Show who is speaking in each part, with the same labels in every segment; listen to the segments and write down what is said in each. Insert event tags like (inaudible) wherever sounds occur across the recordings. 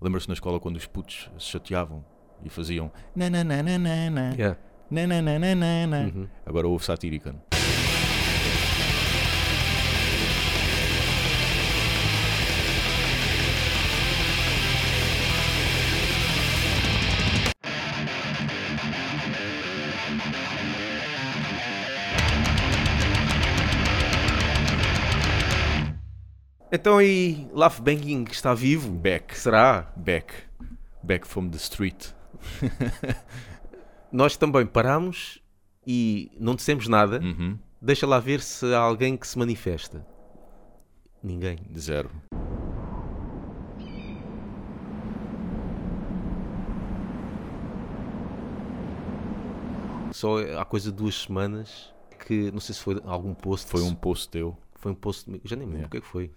Speaker 1: Lembra-se na escola quando os putos se chateavam e faziam nananana,
Speaker 2: Yeah.
Speaker 1: nananana.
Speaker 2: Uhum.
Speaker 1: Agora houve satírica.
Speaker 2: Então e Laugh Banging está vivo?
Speaker 1: Back,
Speaker 2: Será?
Speaker 1: back, back from the street.
Speaker 2: Nós também paramos e não dissemos nada.
Speaker 1: Uhum.
Speaker 2: Deixa lá ver se há alguém que se manifesta. Ninguém.
Speaker 1: Zero.
Speaker 2: Só há coisa de duas semanas que não sei se foi algum post.
Speaker 1: Foi um post teu
Speaker 2: Foi um post. eu Já nem me lembro
Speaker 1: Yeah.
Speaker 2: o que é que foi.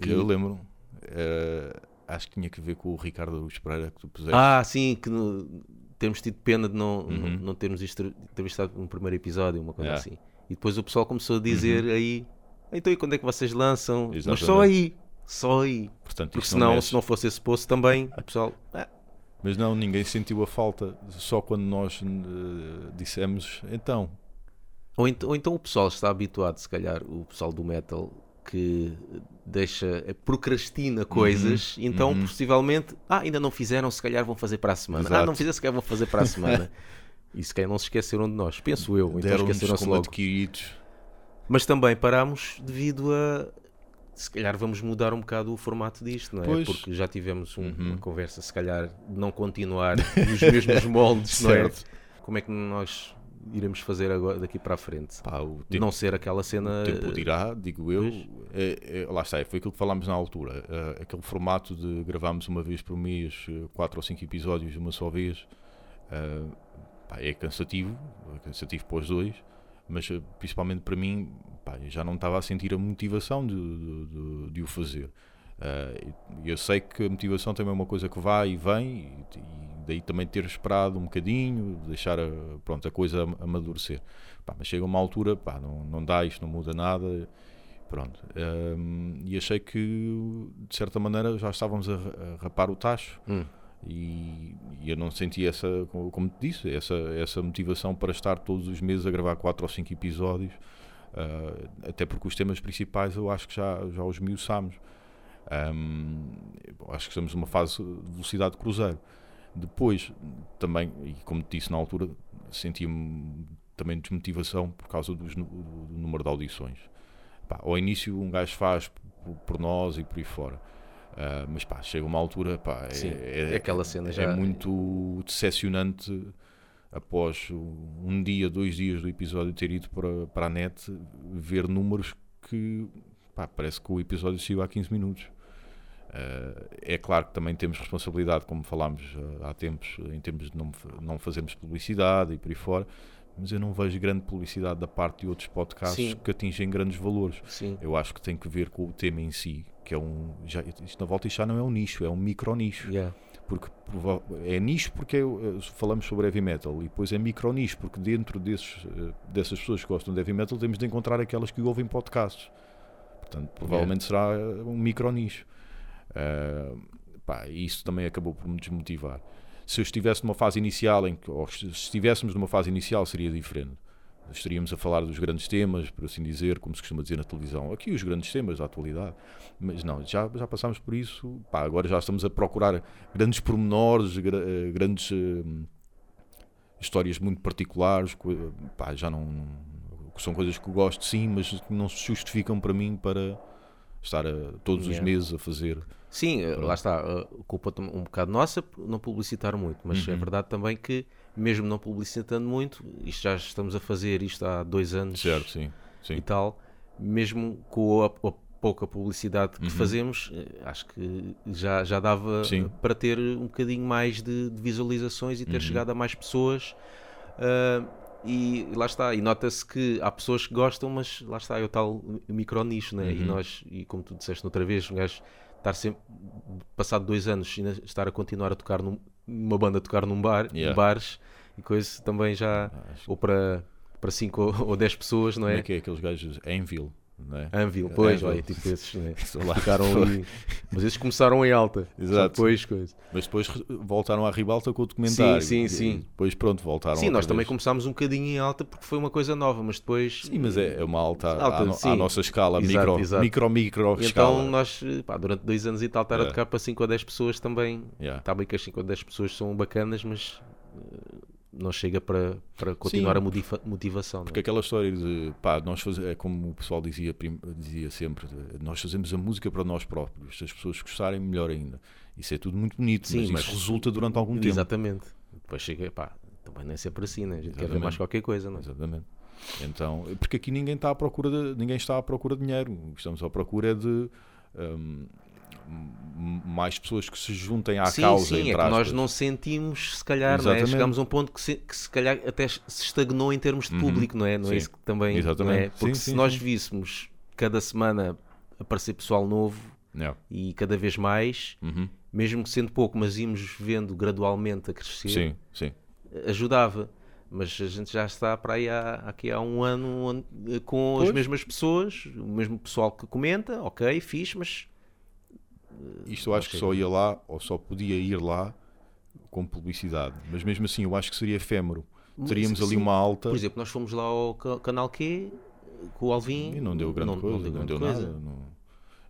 Speaker 1: que
Speaker 2: E-
Speaker 1: eu lembro. Era- acho que tinha que ver com o Ricardo Aruz Pereira que tu puseste.
Speaker 2: Ah, sim, que no- temos tido pena de não, não,
Speaker 1: Uhum.
Speaker 2: não termos isto- entrevistado um primeiro episódio, uma coisa
Speaker 1: É.
Speaker 2: assim. E depois o pessoal começou a dizer
Speaker 1: Uhum.
Speaker 2: aí, então e quando é que vocês lançam? Mas só
Speaker 1: Exatamente.
Speaker 2: aí, só aí.
Speaker 1: Portanto,
Speaker 2: Porque
Speaker 1: isso
Speaker 2: senão,
Speaker 1: não mexe.
Speaker 2: se não fosse esse poço também, o pessoal. "Ah,
Speaker 1: Mas não, ninguém sentiu a falta. Só quando nós eh, dissemos então.
Speaker 2: Ou, ent- ou então o pessoal está habituado, se calhar, o pessoal do metal que deixa, eh, procrastina coisas, então possivelmente, ah, ainda não fizeram, se calhar vão fazer para a semana. Ah,
Speaker 1: Exato.
Speaker 2: não fizeram, se calhar vão fazer para a (laughs) semana. e se calhar não se esqueceram de nós, penso eu, então
Speaker 1: Deram-nos
Speaker 2: esqueceram-se
Speaker 1: como
Speaker 2: logo.
Speaker 1: adquiridos.
Speaker 2: Mas também parámos devido a. Se calhar vamos mudar um bocado o formato disto, não é?
Speaker 1: Pois.
Speaker 2: Porque já tivemos
Speaker 1: Uhum.
Speaker 2: um- uma conversa, se calhar, de não continuar (laughs) nos mesmos moldes, não é?
Speaker 1: Certo.
Speaker 2: Como é que nós iremos fazer agora, daqui para a frente?
Speaker 1: Pá, o
Speaker 2: De
Speaker 1: tempo,
Speaker 2: não ser aquela cena.
Speaker 1: o tempo dirá, digo eu.
Speaker 2: Pois.
Speaker 1: É, é, lá está, foi aquilo que falámos na altura. Eh, aquele formato de gravarmos uma vez por mês, eh, quatro ou cinco episódios de uma só vez, eh, pá, é cansativo, é cansativo para os dois, mas eh, principalmente para mim, pá, eu já não estava a sentir a motivação de, de- de- de o fazer. Eh, e eu sei que a motivação também é uma coisa que vai e vem, e, e daí também ter esperado um bocadinho, deixar a, pronto, a coisa am- amadurecer. Pá, mas chega uma altura, pá, não, não dá, isto não muda nada, Pronto. hum, e achei que, de certa maneira, já estávamos a, ra- a rapar o tacho.
Speaker 2: Hum.
Speaker 1: E, e eu não senti essa, co- como te disse, essa, essa motivação para estar todos os meses a gravar quatro ou cinco episódios, ah, até porque os temas principais eu acho que já, já os miuçámos. Hum, acho que estamos numa fase de velocidade de cruzeiro. Depois, também, e como te disse na altura, senti-me também desmotivação por causa dos nu- do número de audições. Pá, ao início um gajo faz por, por nós e por aí fora. Ah, mas pá, chega uma altura, pá, é-
Speaker 2: Sim,
Speaker 1: é,
Speaker 2: é aquela cena
Speaker 1: é
Speaker 2: já-
Speaker 1: muito decepcionante após um dia, dois dias do episódio ter ido para, para a net ver números que pá, parece que o episódio saiu há 15 minutos. Ah, é claro que também temos responsabilidade, como falámos ah, há tempos, em termos de não, fa- não fazermos publicidade e por aí fora, mas eu não vejo grande publicidade da parte de outros podcasts
Speaker 2: Sim.
Speaker 1: que atingem grandes valores.
Speaker 2: Sim.
Speaker 1: Eu acho que tem que ver com o tema em si, que é um. Já, isto na volta isto já não é um nicho, é um micro nicho.
Speaker 2: Yeah.
Speaker 1: Porque prova- é nicho porque é, eh, falamos sobre heavy metal e depois é micro nicho, porque dentro desses, eh, dessas pessoas que gostam de heavy metal temos de encontrar aquelas que ouvem podcasts. Portanto, provavelmente será eh, um micro nicho. Ah, pá, e isso também acabou por me desmotivar. Se eu estivesse numa fase inicial, em que, ou se estivéssemos numa fase inicial, seria diferente. Estaríamos a falar dos grandes temas, por assim dizer, como se costuma dizer na televisão. Aqui os grandes temas da atualidade. Mas não, já, já passámos por isso. Pá, agora já estamos a procurar grandes pormenores, gra- eh, grandes eh, histórias muito particulares. co- Pá, já não. São coisas que eu gosto, sim, mas que não se justificam para mim para estar a- todos os
Speaker 2: Yeah.
Speaker 1: meses a fazer.
Speaker 2: Sim, eh, lá está. eh, Culpa tam- um bocado nossa por não publicitar muito, mas
Speaker 1: Uhum.
Speaker 2: é verdade também que, mesmo não publicitando muito, isto já estamos a fazer isto há dois anos
Speaker 1: Certo, sim.
Speaker 2: e
Speaker 1: sim.
Speaker 2: tal, mesmo com a, a pouca publicidade que fazemos, eh, acho que já, já dava
Speaker 1: Uhum. Sim. Uhum.
Speaker 2: eh, para ter um bocadinho mais de, de visualizações e ter chegado a mais pessoas. Ah, e lá está, e nota-se que há pessoas que gostam, mas lá está, é o tal micro nicho, né? E
Speaker 1: Uhum.
Speaker 2: nós, e como tu disseste outra vez, um gajo estar sempre, passado dois anos, ainda estar a continuar a tocar num- numa banda a tocar num bar, em
Speaker 1: Yeah.
Speaker 2: bares e coisa, também já, ou para, para cinco (laughs) ou- ou dez pessoas, não
Speaker 1: Como
Speaker 2: é?
Speaker 1: é que é aqueles gajos? Anvil. não é?
Speaker 2: Anvil, pois,
Speaker 1: Anvil.
Speaker 2: olha, tipo esses, né?
Speaker 1: (laughs) Sei lá.
Speaker 2: Ficaram ali. Mas esses começaram em alta.
Speaker 1: Exato.
Speaker 2: Depois, coisa.
Speaker 1: Mas depois re- voltaram à ribalta com o documentário.
Speaker 2: Sim, sim,
Speaker 1: E
Speaker 2: sim.
Speaker 1: Depois, pronto, voltaram
Speaker 2: Sim,
Speaker 1: outra
Speaker 2: nós também
Speaker 1: vez.
Speaker 2: começámos um bocadinho em alta porque foi uma coisa nova, mas depois. eh,
Speaker 1: Sim, mas é é uma alta, à
Speaker 2: Alta,
Speaker 1: no- à,
Speaker 2: sim.
Speaker 1: nossa escala,
Speaker 2: Exato,
Speaker 1: micro,
Speaker 2: exato.
Speaker 1: micro, micro
Speaker 2: E
Speaker 1: escala.
Speaker 2: então nós, eh, pá, durante dois anos e tal, estar a
Speaker 1: É.
Speaker 2: tocar para 5 ou 10 pessoas também.
Speaker 1: Yeah.
Speaker 2: Está bem que as 5 ou 10 pessoas são bacanas, mas eh, não chega para, para continuar
Speaker 1: Sim,
Speaker 2: a motiva- motivação. não é?
Speaker 1: Porque aquela história de, pá, nós faz- é como o pessoal dizia, prim- dizia sempre, de- nós fazemos a música para nós próprios, se as pessoas gostarem, melhor ainda. Isso é tudo muito bonito,
Speaker 2: Sim,
Speaker 1: mas,
Speaker 2: mas-
Speaker 1: isso resulta durante algum tempo.
Speaker 2: Exatamente. Depois chega, pá, também nem sempre assim, né? A gente quer ver
Speaker 1: Exatamente.
Speaker 2: mais qualquer coisa, não é?
Speaker 1: Exatamente. Então, porque aqui ninguém está à procura de, ninguém está à procura de dinheiro. O que estamos à procura é de hum, m- mais pessoas que se juntem à
Speaker 2: sim,
Speaker 1: causa.
Speaker 2: sim,
Speaker 1: entre
Speaker 2: é que nós
Speaker 1: aspas.
Speaker 2: não sentimos, se calhar, não é?
Speaker 1: Exatamente.
Speaker 2: Chegámos a um ponto que se, que se calhar até se estagnou em termos de
Speaker 1: Uhum.
Speaker 2: público, não é? Não
Speaker 1: Sim.
Speaker 2: é isso que também não é?
Speaker 1: Exatamente.
Speaker 2: Porque
Speaker 1: Sim,
Speaker 2: se
Speaker 1: sim,
Speaker 2: nós
Speaker 1: sim.
Speaker 2: víssemos cada semana aparecer pessoal novo
Speaker 1: Yeah.
Speaker 2: e cada vez mais,
Speaker 1: Uhum.
Speaker 2: mesmo que sendo pouco, mas íamos vendo gradualmente a crescer,
Speaker 1: Sim, sim.
Speaker 2: ajudava. Mas a gente já está para aí há, aqui há um ano, um ano, eh, com
Speaker 1: Pois.
Speaker 2: as mesmas pessoas, o mesmo pessoal que comenta, ok, fixe, mas
Speaker 1: Isto eu acho que só ia lá, ou só podia ir lá com publicidade. Mas mesmo assim, eu acho que seria efêmero. Teríamos ali
Speaker 2: sim.
Speaker 1: uma alta
Speaker 2: Por exemplo, nós fomos lá ao ca- canal Q com o Alvin
Speaker 1: e não deu grande coisa, não deu,
Speaker 2: grande
Speaker 1: nada. não-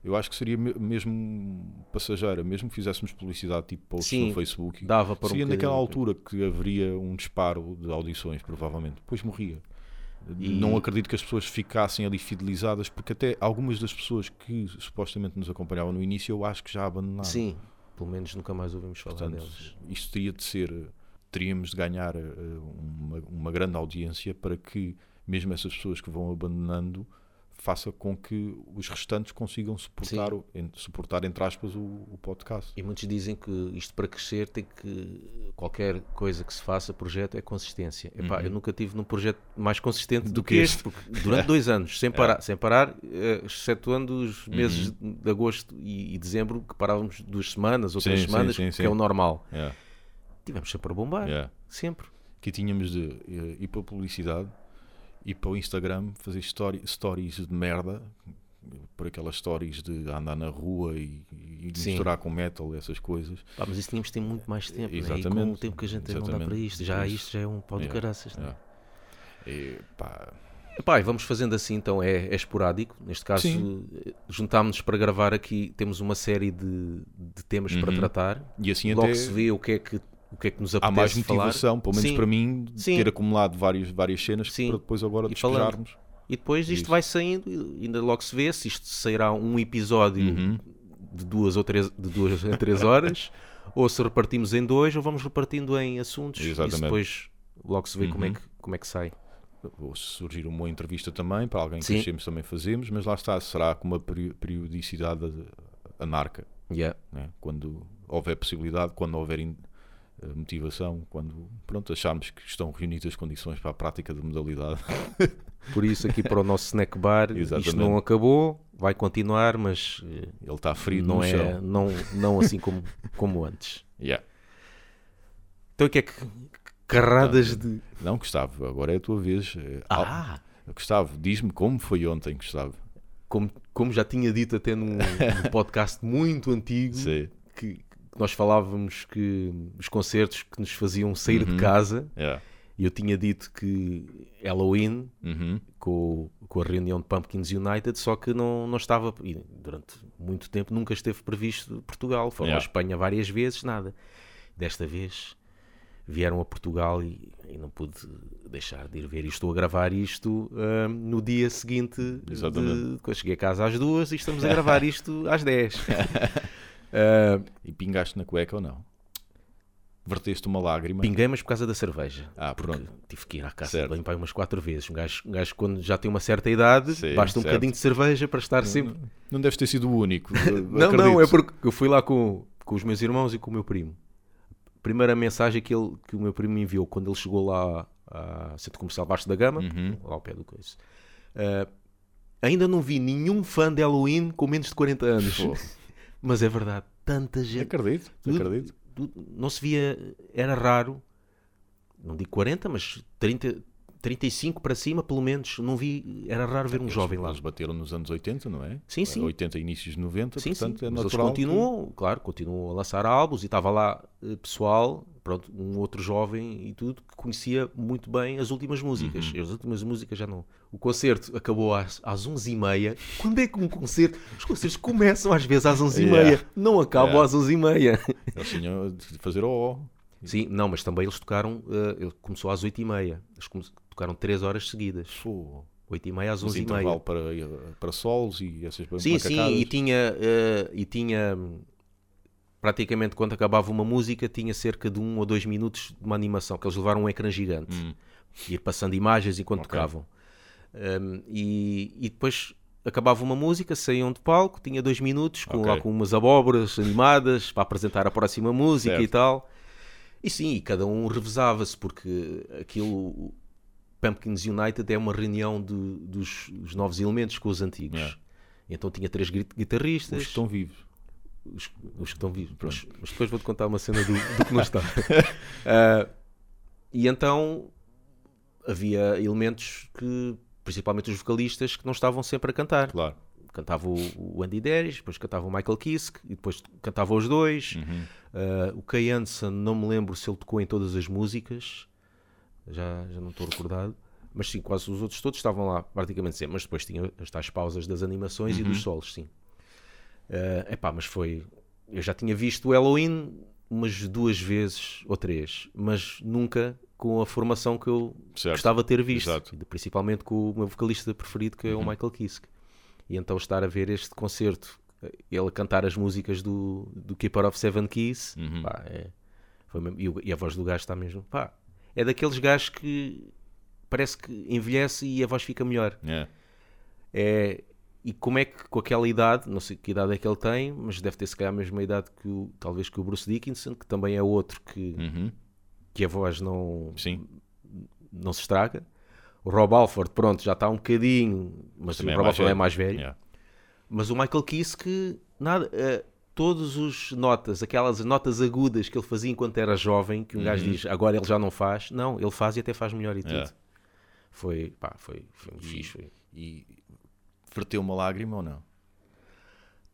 Speaker 1: Eu acho que seria me- mesmo passageira, mesmo que fizéssemos publicidade tipo posts
Speaker 2: Sim,
Speaker 1: no Facebook.
Speaker 2: Dava para
Speaker 1: Seria
Speaker 2: um
Speaker 1: naquela
Speaker 2: bocadinho.
Speaker 1: altura que haveria um disparo de audições, provavelmente. Depois morria.
Speaker 2: E-
Speaker 1: Não acredito que as pessoas ficassem ali fidelizadas, porque até algumas das pessoas que supostamente nos acompanhavam no início, eu acho que já abandonaram.
Speaker 2: Sim, pelo menos nunca mais ouvimos falar
Speaker 1: Portanto,
Speaker 2: deles.
Speaker 1: isto teria de ser, eh, teríamos de ganhar eh, uma, uma grande audiência para que mesmo essas pessoas que vão abandonando faça com que os restantes consigam suportar, o, en- suportar entre aspas, o, o podcast.
Speaker 2: E muitos dizem que isto para crescer tem que. qualquer coisa que se faça, projeto, é consistência.
Speaker 1: Uhum.
Speaker 2: Epá, Eu nunca tive num projeto mais consistente do, que este, porque durante dois anos,
Speaker 1: (laughs) É.
Speaker 2: sem parar, sem parar eh, excetuando
Speaker 1: Uhum.
Speaker 2: os meses de agosto e, e dezembro, que parávamos duas semanas ou
Speaker 1: Sim,
Speaker 2: três
Speaker 1: sim,
Speaker 2: semanas,
Speaker 1: sim,
Speaker 2: que
Speaker 1: sim.
Speaker 2: é o normal.
Speaker 1: É,
Speaker 2: Tivemos sempre a bombar,
Speaker 1: é.
Speaker 2: sempre.
Speaker 1: Que tínhamos de eh, ir para a publicidade, ir para o Instagram, fazer story- stories de merda, por aquelas stories de andar na rua e, e
Speaker 2: Sim.
Speaker 1: misturar com metal, essas coisas.
Speaker 2: Pá, mas isso tínhamos de ter muito mais tempo, né? E com o
Speaker 1: Exatamente,
Speaker 2: tempo que a gente não dá
Speaker 1: exatamente.
Speaker 2: para isto, já
Speaker 1: Isso.
Speaker 2: isto já é um pau de
Speaker 1: Yeah,
Speaker 2: caraças. né?
Speaker 1: É. E, pá,
Speaker 2: Epá, e vamos fazendo assim, então é, é esporádico. Neste caso,
Speaker 1: Sim.
Speaker 2: eh, juntámos-nos para gravar aqui, temos uma série de, de temas para
Speaker 1: Uhum.
Speaker 2: tratar.
Speaker 1: e assim
Speaker 2: Logo
Speaker 1: até...
Speaker 2: se vê o que é que, o que, é que nos
Speaker 1: há
Speaker 2: apetece
Speaker 1: mais
Speaker 2: falar.
Speaker 1: motivação, pelo menos
Speaker 2: Sim.
Speaker 1: para mim, de
Speaker 2: Sim.
Speaker 1: ter acumulado várias, várias cenas
Speaker 2: Sim.
Speaker 1: para depois agora
Speaker 2: E falando.
Speaker 1: despejarmos.
Speaker 2: E depois isto
Speaker 1: Isso.
Speaker 2: vai saindo, e ainda logo se vê se isto sairá um episódio
Speaker 1: Uhum.
Speaker 2: de duas ou três, de duas a três
Speaker 1: (laughs)
Speaker 2: horas, ou se repartimos em dois, ou vamos repartindo em assuntos. E
Speaker 1: Exatamente.
Speaker 2: depois logo se vê como, é
Speaker 1: Uhum.
Speaker 2: que, como é que sai.
Speaker 1: Ou se surgir uma boa entrevista também, para alguém que
Speaker 2: Sim.
Speaker 1: achemos também fazemos, mas lá está, será com uma peri- periodicidade anarca,
Speaker 2: Yeah.
Speaker 1: né? quando houver possibilidade, quando houver in- eh, motivação, quando pronto, acharmos que estão reunidas as condições para a prática de modalidade. (laughs)
Speaker 2: Por isso, aqui para o nosso snack bar, isto
Speaker 1: Exatamente.
Speaker 2: não acabou, vai continuar, mas eh,
Speaker 1: Ele está frio
Speaker 2: não
Speaker 1: no
Speaker 2: é
Speaker 1: chão.
Speaker 2: não, não assim como, como antes.
Speaker 1: Yeah.
Speaker 2: Então, o que é que carradas de.
Speaker 1: Não, Gustavo, agora é a tua vez. Eh,
Speaker 2: Então, Ah!
Speaker 1: Al- Gustavo, diz-me como foi ontem, Gustavo.
Speaker 2: Como, como já tinha dito até num, (laughs) num podcast muito antigo,
Speaker 1: Sim.
Speaker 2: que, que nós falávamos que os concertos que nos faziam sair de Uhum. casa,
Speaker 1: Yeah.
Speaker 2: e eu tinha dito que Halloween
Speaker 1: Uhum.
Speaker 2: com, com a reunião de Pumpkins United, só que não, não estava, e durante muito tempo nunca esteve previsto Portugal. Foram à
Speaker 1: Yeah.
Speaker 2: Espanha várias vezes, nada. Desta vez vieram a Portugal e, e não pude deixar de ir ver. E estou a gravar isto ah, no dia seguinte, de-
Speaker 1: Exatamente.
Speaker 2: quando cheguei a casa às duas e estamos
Speaker 1: (laughs)
Speaker 2: a gravar isto às dez. Ah,
Speaker 1: E pingaste na cueca ou não? Verteste uma lágrima?
Speaker 2: pinguei, mas por causa da cerveja.
Speaker 1: Ah,
Speaker 2: porque
Speaker 1: pronto.
Speaker 2: tive que ir à casa
Speaker 1: Certo.
Speaker 2: de banho para aí umas quatro vezes. Um gajo, um gajo quando já tem uma certa idade,
Speaker 1: Sim,
Speaker 2: basta um
Speaker 1: certo. Uhum.
Speaker 2: bocadinho de cerveja para estar sempre
Speaker 1: Não deves ter sido o
Speaker 2: (laughs)
Speaker 1: único.
Speaker 2: Não, não, é porque eu fui lá com, com os meus irmãos e com o meu primo. A primeira mensagem que, ele, que o meu primo me enviou quando ele chegou lá ao Centro Comercial Baixo da Gama,
Speaker 1: Hum. Uhum.
Speaker 2: lá ao pé do coiso, ah, ainda não vi nenhum fã de Halloween com menos de 40 anos. Mas é verdade, tanta gente.
Speaker 1: Acredito,
Speaker 2: Tudo-
Speaker 1: acredito.
Speaker 2: tudo- Não se via, era raro, não digo 40, mas 30, 35 para cima, pelo menos. Não vi, era raro ver um
Speaker 1: Eles-
Speaker 2: jovem lá.
Speaker 1: Eles bateram nos anos 80, não é?
Speaker 2: Sim, sim.
Speaker 1: 80, inícios de 90,
Speaker 2: Sim,
Speaker 1: portanto
Speaker 2: sim.
Speaker 1: é
Speaker 2: Mas eles
Speaker 1: natural. que-
Speaker 2: continuam, claro, continuam a lançar álbuns e estava lá eh, pessoal, pronto, um outro jovem e tudo, que conhecia muito bem as últimas músicas.
Speaker 1: Uhum.
Speaker 2: As últimas músicas já não. O concerto acabou às, às 11h30. Quando é que um concerto. Os concertos começam às vezes às 11h30,
Speaker 1: Yeah.
Speaker 2: não acabam
Speaker 1: Yeah.
Speaker 2: às 11h30.
Speaker 1: Eles tinham de fazer o
Speaker 2: Sim, não, mas também eles tocaram, eh, ele começou às 8h30. Eles come- tocaram 3 horas seguidas,
Speaker 1: Pô,
Speaker 2: 8h30 às
Speaker 1: mas
Speaker 2: 11h30.
Speaker 1: intervalo para, para solos e essas
Speaker 2: Sim, sim,
Speaker 1: macacadas.
Speaker 2: e tinha, eh, e tinha hum, praticamente quando acabava uma música, tinha cerca de um ou dois minutos de uma animação, que eles levaram um ecrã gigante,
Speaker 1: Hum.
Speaker 2: ir passando imagens enquanto
Speaker 1: Ok.
Speaker 2: tocavam. Hum, e, e depois acabava uma música, saíam de palco, tinha dois minutos, com,
Speaker 1: Ok.
Speaker 2: lá com umas abóboras animadas para apresentar a próxima música e
Speaker 1: Certo.
Speaker 2: tal. E sim, e cada um revezava-se, porque aquilo, Pumpkins United é uma reunião do- dos, dos novos elementos com os antigos.
Speaker 1: Yeah.
Speaker 2: Então tinha três gui-
Speaker 1: Os
Speaker 2: guitarristas,
Speaker 1: que estão vivos.
Speaker 2: os, os que estão vivos. Mas, mas depois vou-te contar uma cena do, do que não está. Ah, e então havia elementos que, principalmente os vocalistas, que não estavam sempre a cantar.
Speaker 1: Claro.
Speaker 2: Cantava o, o Andy Deris, depois cantava o Michael Kiske, e depois cantava os dois. Ah, o Kay Hansen, não me lembro se ele tocou em todas as músicas, já, já não estou recordado. Mas sim, quase os outros todos estavam lá praticamente sempre. Mas depois tinha as tais pausas das animações e dos solos, sim. Ah, epá, mas foi. Eu já tinha visto o Halloween umas duas vezes ou três, mas nunca com a formação que eu
Speaker 1: Certo.
Speaker 2: gostava de ter visto.
Speaker 1: Exato. Uhum.
Speaker 2: E de- Principalmente com o meu vocalista preferido, que é o Michael Kiske. E então estar a ver este concerto, ele a cantar as músicas do, do Keeper of Seven Keys,
Speaker 1: Uhum.
Speaker 2: pá, é- foi mesmo- e, o- e a voz do gajo está mesmo. pá, é daqueles gajos que parece que envelhece e a voz fica melhor.
Speaker 1: É.
Speaker 2: É, e como é que com aquela idade, não sei que idade é que ele tem, mas deve ter se calhar a mesma idade que o, talvez que o Bruce Dickinson, que também é outro que,
Speaker 1: Uhum.
Speaker 2: que a voz não,
Speaker 1: Sim.
Speaker 2: não se estraga. O Rob Alford, pronto, já está um bocadinho, mas
Speaker 1: Também
Speaker 2: o Rob Alford é
Speaker 1: velho.
Speaker 2: mais velho.
Speaker 1: Yeah.
Speaker 2: Mas o Michael Kiske, que nada, eh, todos os notas, aquelas notas agudas que ele fazia enquanto era jovem, que um gajo diz agora ele já não faz, não, ele faz e até faz melhor e tudo.
Speaker 1: Uhum. Yeah.
Speaker 2: Foi, pá, foi, foi um fixe. Foi.
Speaker 1: E verteu uma lágrima ou não?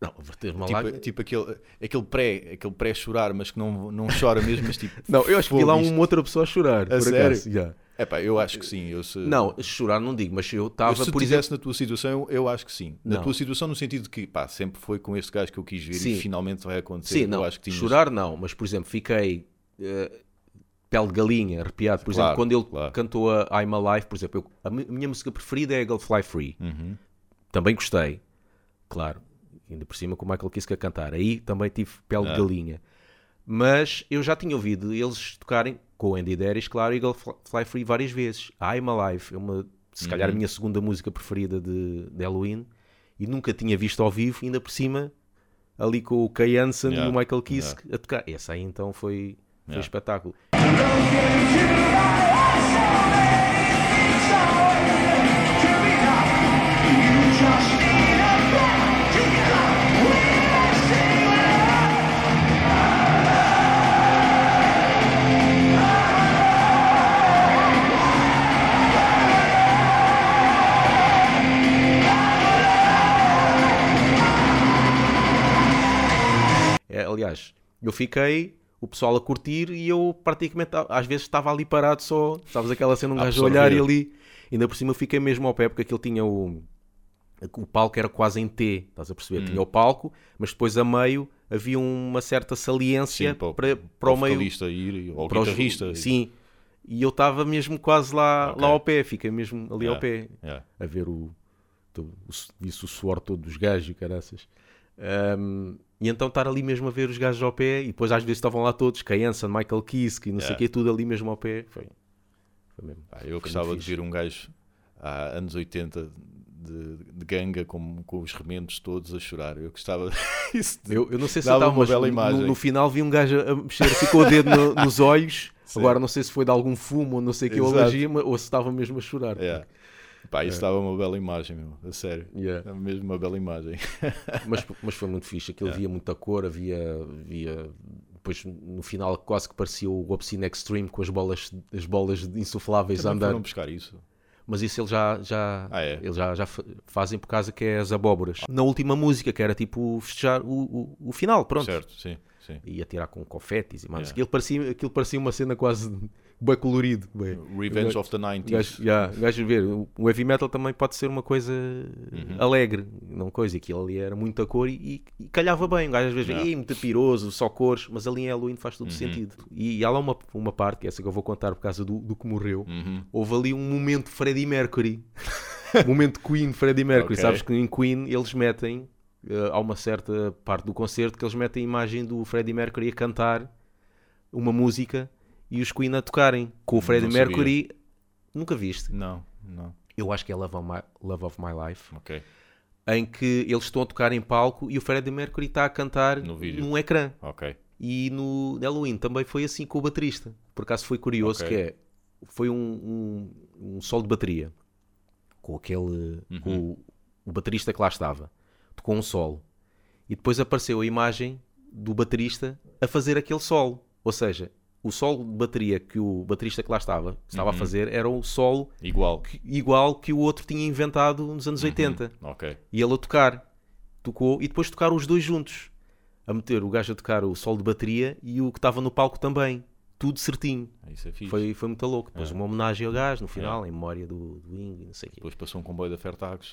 Speaker 2: Não, verteu uma
Speaker 1: Tipo,
Speaker 2: lágrima.
Speaker 1: tipo aquele, aquele pré, aquele pré chorar, mas que não, não chora mesmo, mas tipo.
Speaker 2: (laughs) Não, eu acho que
Speaker 1: "Fogo,
Speaker 2: vi lá um-
Speaker 1: isto-"
Speaker 2: uma outra pessoa a chorar. por
Speaker 1: sério?
Speaker 2: acaso, yeah.
Speaker 1: Epá, eu acho que sim. Eu se,
Speaker 2: Não, chorar não digo, mas eu
Speaker 1: eu
Speaker 2: estava,
Speaker 1: se
Speaker 2: por
Speaker 1: tivesse
Speaker 2: exemplo.
Speaker 1: na tua situação, eu, eu acho que sim. Na
Speaker 2: Não.
Speaker 1: tua situação, no sentido de que pá, sempre foi com este gajo que eu quis ver
Speaker 2: Sim.
Speaker 1: e finalmente vai acontecer.
Speaker 2: Sim,
Speaker 1: eu
Speaker 2: não,
Speaker 1: acho que tinhas...
Speaker 2: chorar não, mas por exemplo, fiquei eh, pele de galinha, arrepiado. Por exemplo,
Speaker 1: Claro,
Speaker 2: quando ele
Speaker 1: claro.
Speaker 2: cantou a I'm Alive, por exemplo, eu- a mi- minha música preferida é a Girl Fly Free.
Speaker 1: Uhum.
Speaker 2: Também gostei, claro. Ainda por cima com o Michael Kiske a cantar. Aí também tive pele
Speaker 1: Ah.
Speaker 2: de galinha. Mas eu já tinha ouvido eles tocarem com o Andy Deris, claro, Eagle Fly Fly Free várias vezes. I'm Alive é uma, se calhar,
Speaker 1: Uhum.
Speaker 2: a minha segunda música preferida de, de Halloween e nunca tinha visto ao vivo, ainda por cima, ali com o Kay Hansen e
Speaker 1: Yeah,
Speaker 2: o Michael Kiske a tocar. Essa aí então foi, foi
Speaker 1: Yeah.
Speaker 2: espetáculo. É, aliás, eu fiquei, o pessoal a curtir e eu praticamente a- às vezes estava ali parado só, sabes aquela cena um
Speaker 1: A
Speaker 2: gajo a olhar e
Speaker 1: absorver.
Speaker 2: ali, ainda por cima eu fiquei mesmo ao pé porque aquilo tinha o o palco era quase em T, estás a
Speaker 1: Hum.
Speaker 2: perceber? Tinha o palco, mas depois a meio havia uma certa saliência
Speaker 1: Sim, para o-
Speaker 2: para, para,
Speaker 1: Para
Speaker 2: o meio
Speaker 1: vocalista ir, ou
Speaker 2: para os-
Speaker 1: guitarrista. ir.
Speaker 2: Sim. E eu estava mesmo quase lá,
Speaker 1: Ok.
Speaker 2: lá ao pé, fiquei mesmo ali ao
Speaker 1: É.
Speaker 2: pé
Speaker 1: Yeah.
Speaker 2: a ver o, to- o su- isso, o suor todo dos gajos e caraças. Ahm, e então estar ali mesmo a ver os gajos ao pé, e depois às vezes estavam lá todos, Kayansan, Michael Kiske, e não sei o
Speaker 1: Yeah.
Speaker 2: quê, tudo ali mesmo ao pé. Foi, foi mesmo.
Speaker 1: Pá, eu
Speaker 2: Foi
Speaker 1: gostava
Speaker 2: muito
Speaker 1: de
Speaker 2: fixe.
Speaker 1: ver um gajo há anos 80 de, de ganga com, com os remendos todos a chorar. Eu gostava (laughs) isso de-
Speaker 2: Eu, eu não sei se eu
Speaker 1: Dava
Speaker 2: estava,
Speaker 1: uma
Speaker 2: mas
Speaker 1: bela
Speaker 2: no-
Speaker 1: imagem.
Speaker 2: No, final vi um gajo a mexer assim com o dedo
Speaker 1: (laughs)
Speaker 2: no- nos olhos. Agora não sei se foi de algum fumo ou não sei o que, ou
Speaker 1: Exato.
Speaker 2: alergia, mas- ou se estava mesmo a chorar.
Speaker 1: É. Pá, isso dava uma bela imagem, meu, a sério.
Speaker 2: Yeah.
Speaker 1: Dava É mesmo uma bela imagem. É.
Speaker 2: mas, mas foi muito fixe. Aquilo havia muita cor, havia, havia depois no final quase que parecia o Obscene Extreme com as bolas, as bolas insufláveis a
Speaker 1: Também
Speaker 2: andar.
Speaker 1: foram buscar isso.
Speaker 2: Mas isso eles já, já,
Speaker 1: Ah, é?
Speaker 2: eles já, já fa- fazem por causa que é as abóboras. Na última música, que era tipo festejar o, o, o final, pronto.
Speaker 1: Certo, É. sim, sim.
Speaker 2: E atirar com confetes e mais.
Speaker 1: Yeah.
Speaker 2: Aquilo, parecia, aquilo parecia uma cena quase (laughs) bem colorido. Bem.
Speaker 1: Revenge
Speaker 2: Gajo-
Speaker 1: of the
Speaker 2: Um
Speaker 1: 90s.
Speaker 2: gajo, yeah, um gajo ver, o o heavy metal também pode ser uma coisa
Speaker 1: Uhum.
Speaker 2: alegre, não coisa, aquilo ali era muita cor e, e calhava bem, um gajo às vezes,
Speaker 1: Yeah. Uhum.
Speaker 2: "Ih, muito piroso, só cores, mas ali em Halloween faz todo sentido. E, e há lá uma, uma parte, que é essa que eu vou contar por causa do, do que morreu,
Speaker 1: Uhum.
Speaker 2: houve ali um momento Freddie Mercury, (laughs) momento Queen Freddie Mercury,
Speaker 1: Ok.
Speaker 2: sabes que em Queen eles metem, eh, há uma certa parte do concerto que eles metem a imagem do Freddie Mercury a cantar uma música e os Queen a tocarem, com o Freddie
Speaker 1: sabia.
Speaker 2: Mercury, nunca viste,
Speaker 1: Não, não.
Speaker 2: eu acho que é Love of My, Love of My Life,
Speaker 1: Ok,
Speaker 2: em que eles estão a tocar em palco e o Freddie Mercury está a cantar
Speaker 1: No vídeo.
Speaker 2: num ecrã.
Speaker 1: ok.
Speaker 2: E no Halloween também foi assim com o baterista. Por acaso foi curioso
Speaker 1: Ok.
Speaker 2: que é, foi um, um, um solo de bateria com aquele
Speaker 1: Uhum.
Speaker 2: com o, o baterista que lá estava. Tocou um solo. E depois apareceu a imagem do baterista a fazer aquele solo. Ou seja, o solo de bateria que o baterista que lá estava, que
Speaker 1: Uhum.
Speaker 2: estava a fazer era o solo
Speaker 1: Igual.
Speaker 2: que- igual que o outro tinha inventado nos
Speaker 1: Uhum.
Speaker 2: anos 80
Speaker 1: Ok.
Speaker 2: e ele a tocar. Tocou e depois tocaram os dois juntos. A meter o gajo a tocar o solo de bateria e o que estava no palco também. Tudo certinho.
Speaker 1: Isso é fixe. É.
Speaker 2: Foi, foi muito louco. Depois uma homenagem ao gajo no final, em memória do, do Wing, não sei o quê.
Speaker 1: Depois passou um comboio da Fertagos.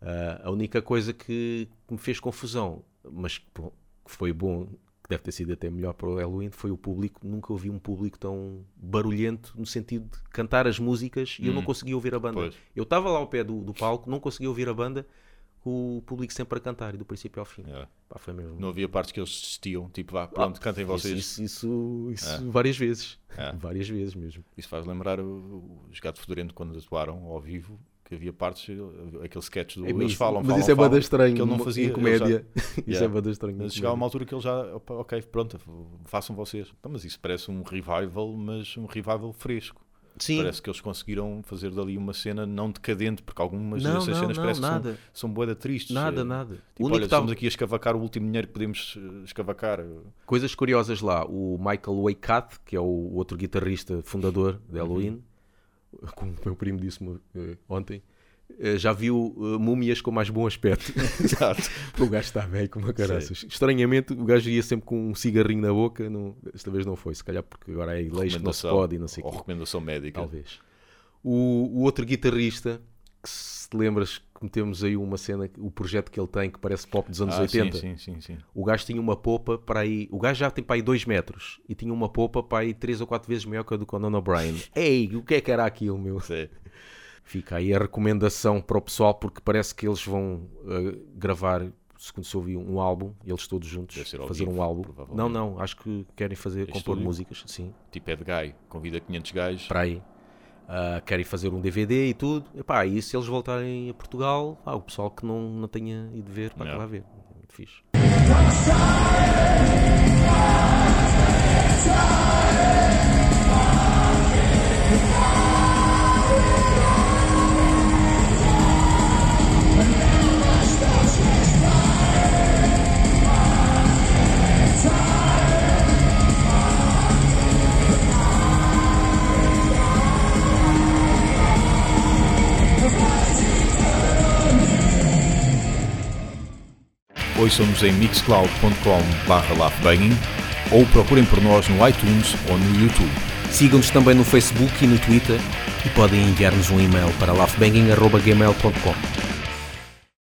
Speaker 2: Ah, a única coisa que que me fez confusão, mas que bom, que foi bom, que deve ter sido até melhor para o Halloween, foi o público. Nunca ouvi um público tão barulhento no sentido de cantar as músicas e eu não conseguia ouvir a banda.
Speaker 1: Hum. Pois.
Speaker 2: Eu estava lá ao pé do, do palco, não conseguia ouvir a banda, o público sempre a cantar, e do princípio ao fim.
Speaker 1: É.
Speaker 2: Pá, foi mesmo.
Speaker 1: Não havia partes que eles desistiam. Tipo, vá, pronto, cantem vocês. Isso,
Speaker 2: Ah, Isso, isso, isso- isso várias vezes.
Speaker 1: É.
Speaker 2: Várias vezes mesmo.
Speaker 1: faz lembrar o- os Gato Fedorento quando atuaram ao vivo. Que havia partes, aquele sketch do. eles falam,
Speaker 2: mas
Speaker 1: falam,
Speaker 2: isso é
Speaker 1: falam,
Speaker 2: banda estranho.
Speaker 1: Que ele não
Speaker 2: numa-
Speaker 1: fazia
Speaker 2: em
Speaker 1: ele (laughs)
Speaker 2: comédia. isso
Speaker 1: Yeah.
Speaker 2: é banda estranho.
Speaker 1: Mas chegava uma altura que ele já, opa, ok, pronto, façam vocês. Então, mas isso parece um revival, mas um revival fresco.
Speaker 2: Sim.
Speaker 1: Parece que eles conseguiram fazer dali uma cena não decadente, porque algumas
Speaker 2: Não,
Speaker 1: dessas
Speaker 2: não,
Speaker 1: cenas
Speaker 2: não,
Speaker 1: parecem que
Speaker 2: nada.
Speaker 1: são, são boeda tristes.
Speaker 2: Nada,
Speaker 1: Eh,
Speaker 2: nada.
Speaker 1: Tipo,
Speaker 2: o único
Speaker 1: olha,
Speaker 2: que tava-
Speaker 1: estamos aqui a escavacar o último dinheiro que podemos eh, (laughs) escavacar.
Speaker 2: (laughs)
Speaker 1: Uhum.
Speaker 2: Coisas curiosas lá. O Michael Waikath, que é o outro guitarrista fundador de Halloween, Uhum. como o meu primo disse-me eh, ontem, eh, já viu eh, múmias com mais bom (laughs) aspecto.
Speaker 1: Exato.
Speaker 2: o gajo está bem com uma caraças. Estranhamente, o gajo ia sempre com um cigarrinho na boca. Não, esta vez não foi, se calhar porque agora é leis que não se
Speaker 1: Recomendação
Speaker 2: pode e não sei o
Speaker 1: Ou
Speaker 2: quê.
Speaker 1: recomendação médica.
Speaker 2: Talvez. O, o outro guitarrista, que se te lembras que metemos aí uma cena, o projeto que ele tem que parece pop dos anos
Speaker 1: Ah,
Speaker 2: 80.
Speaker 1: Sim, sim, sim. sim.
Speaker 2: O gajo tinha uma popa para aí. O gajo já tem para aí 2 metros e tinha uma popa para aí 3 ou 4 vezes maior que a do Conan O'Brien. Ei, o que é que era aquilo, meu?
Speaker 1: Sim.
Speaker 2: Fica aí a recomendação para o pessoal, porque parece que eles vão eh, gravar, segundo se ouvi, um álbum, eles todos juntos,
Speaker 1: Deve ser ao
Speaker 2: fazer
Speaker 1: vivo,
Speaker 2: um álbum.
Speaker 1: provavelmente.
Speaker 2: Não, não, acho que querem fazer, compor
Speaker 1: estúdio?
Speaker 2: músicas, sim,
Speaker 1: Tipo Ed Guy, convida 500 gajos.
Speaker 2: para aí. Ah, querem fazer um DVD e tudo. Epá, e se eles voltarem a Portugal, pá, o pessoal que não, não tenha ido ver, para
Speaker 1: Yeah.
Speaker 2: lá ver. É muito fixe.
Speaker 1: Ouçam-nos em mixcloud.com/laughbanging ou procurem por nós no iTunes ou no YouTube.
Speaker 2: Sigam-nos também no Facebook e no Twitter e podem enviar-nos um e-mail para laughbanging.gmail.com.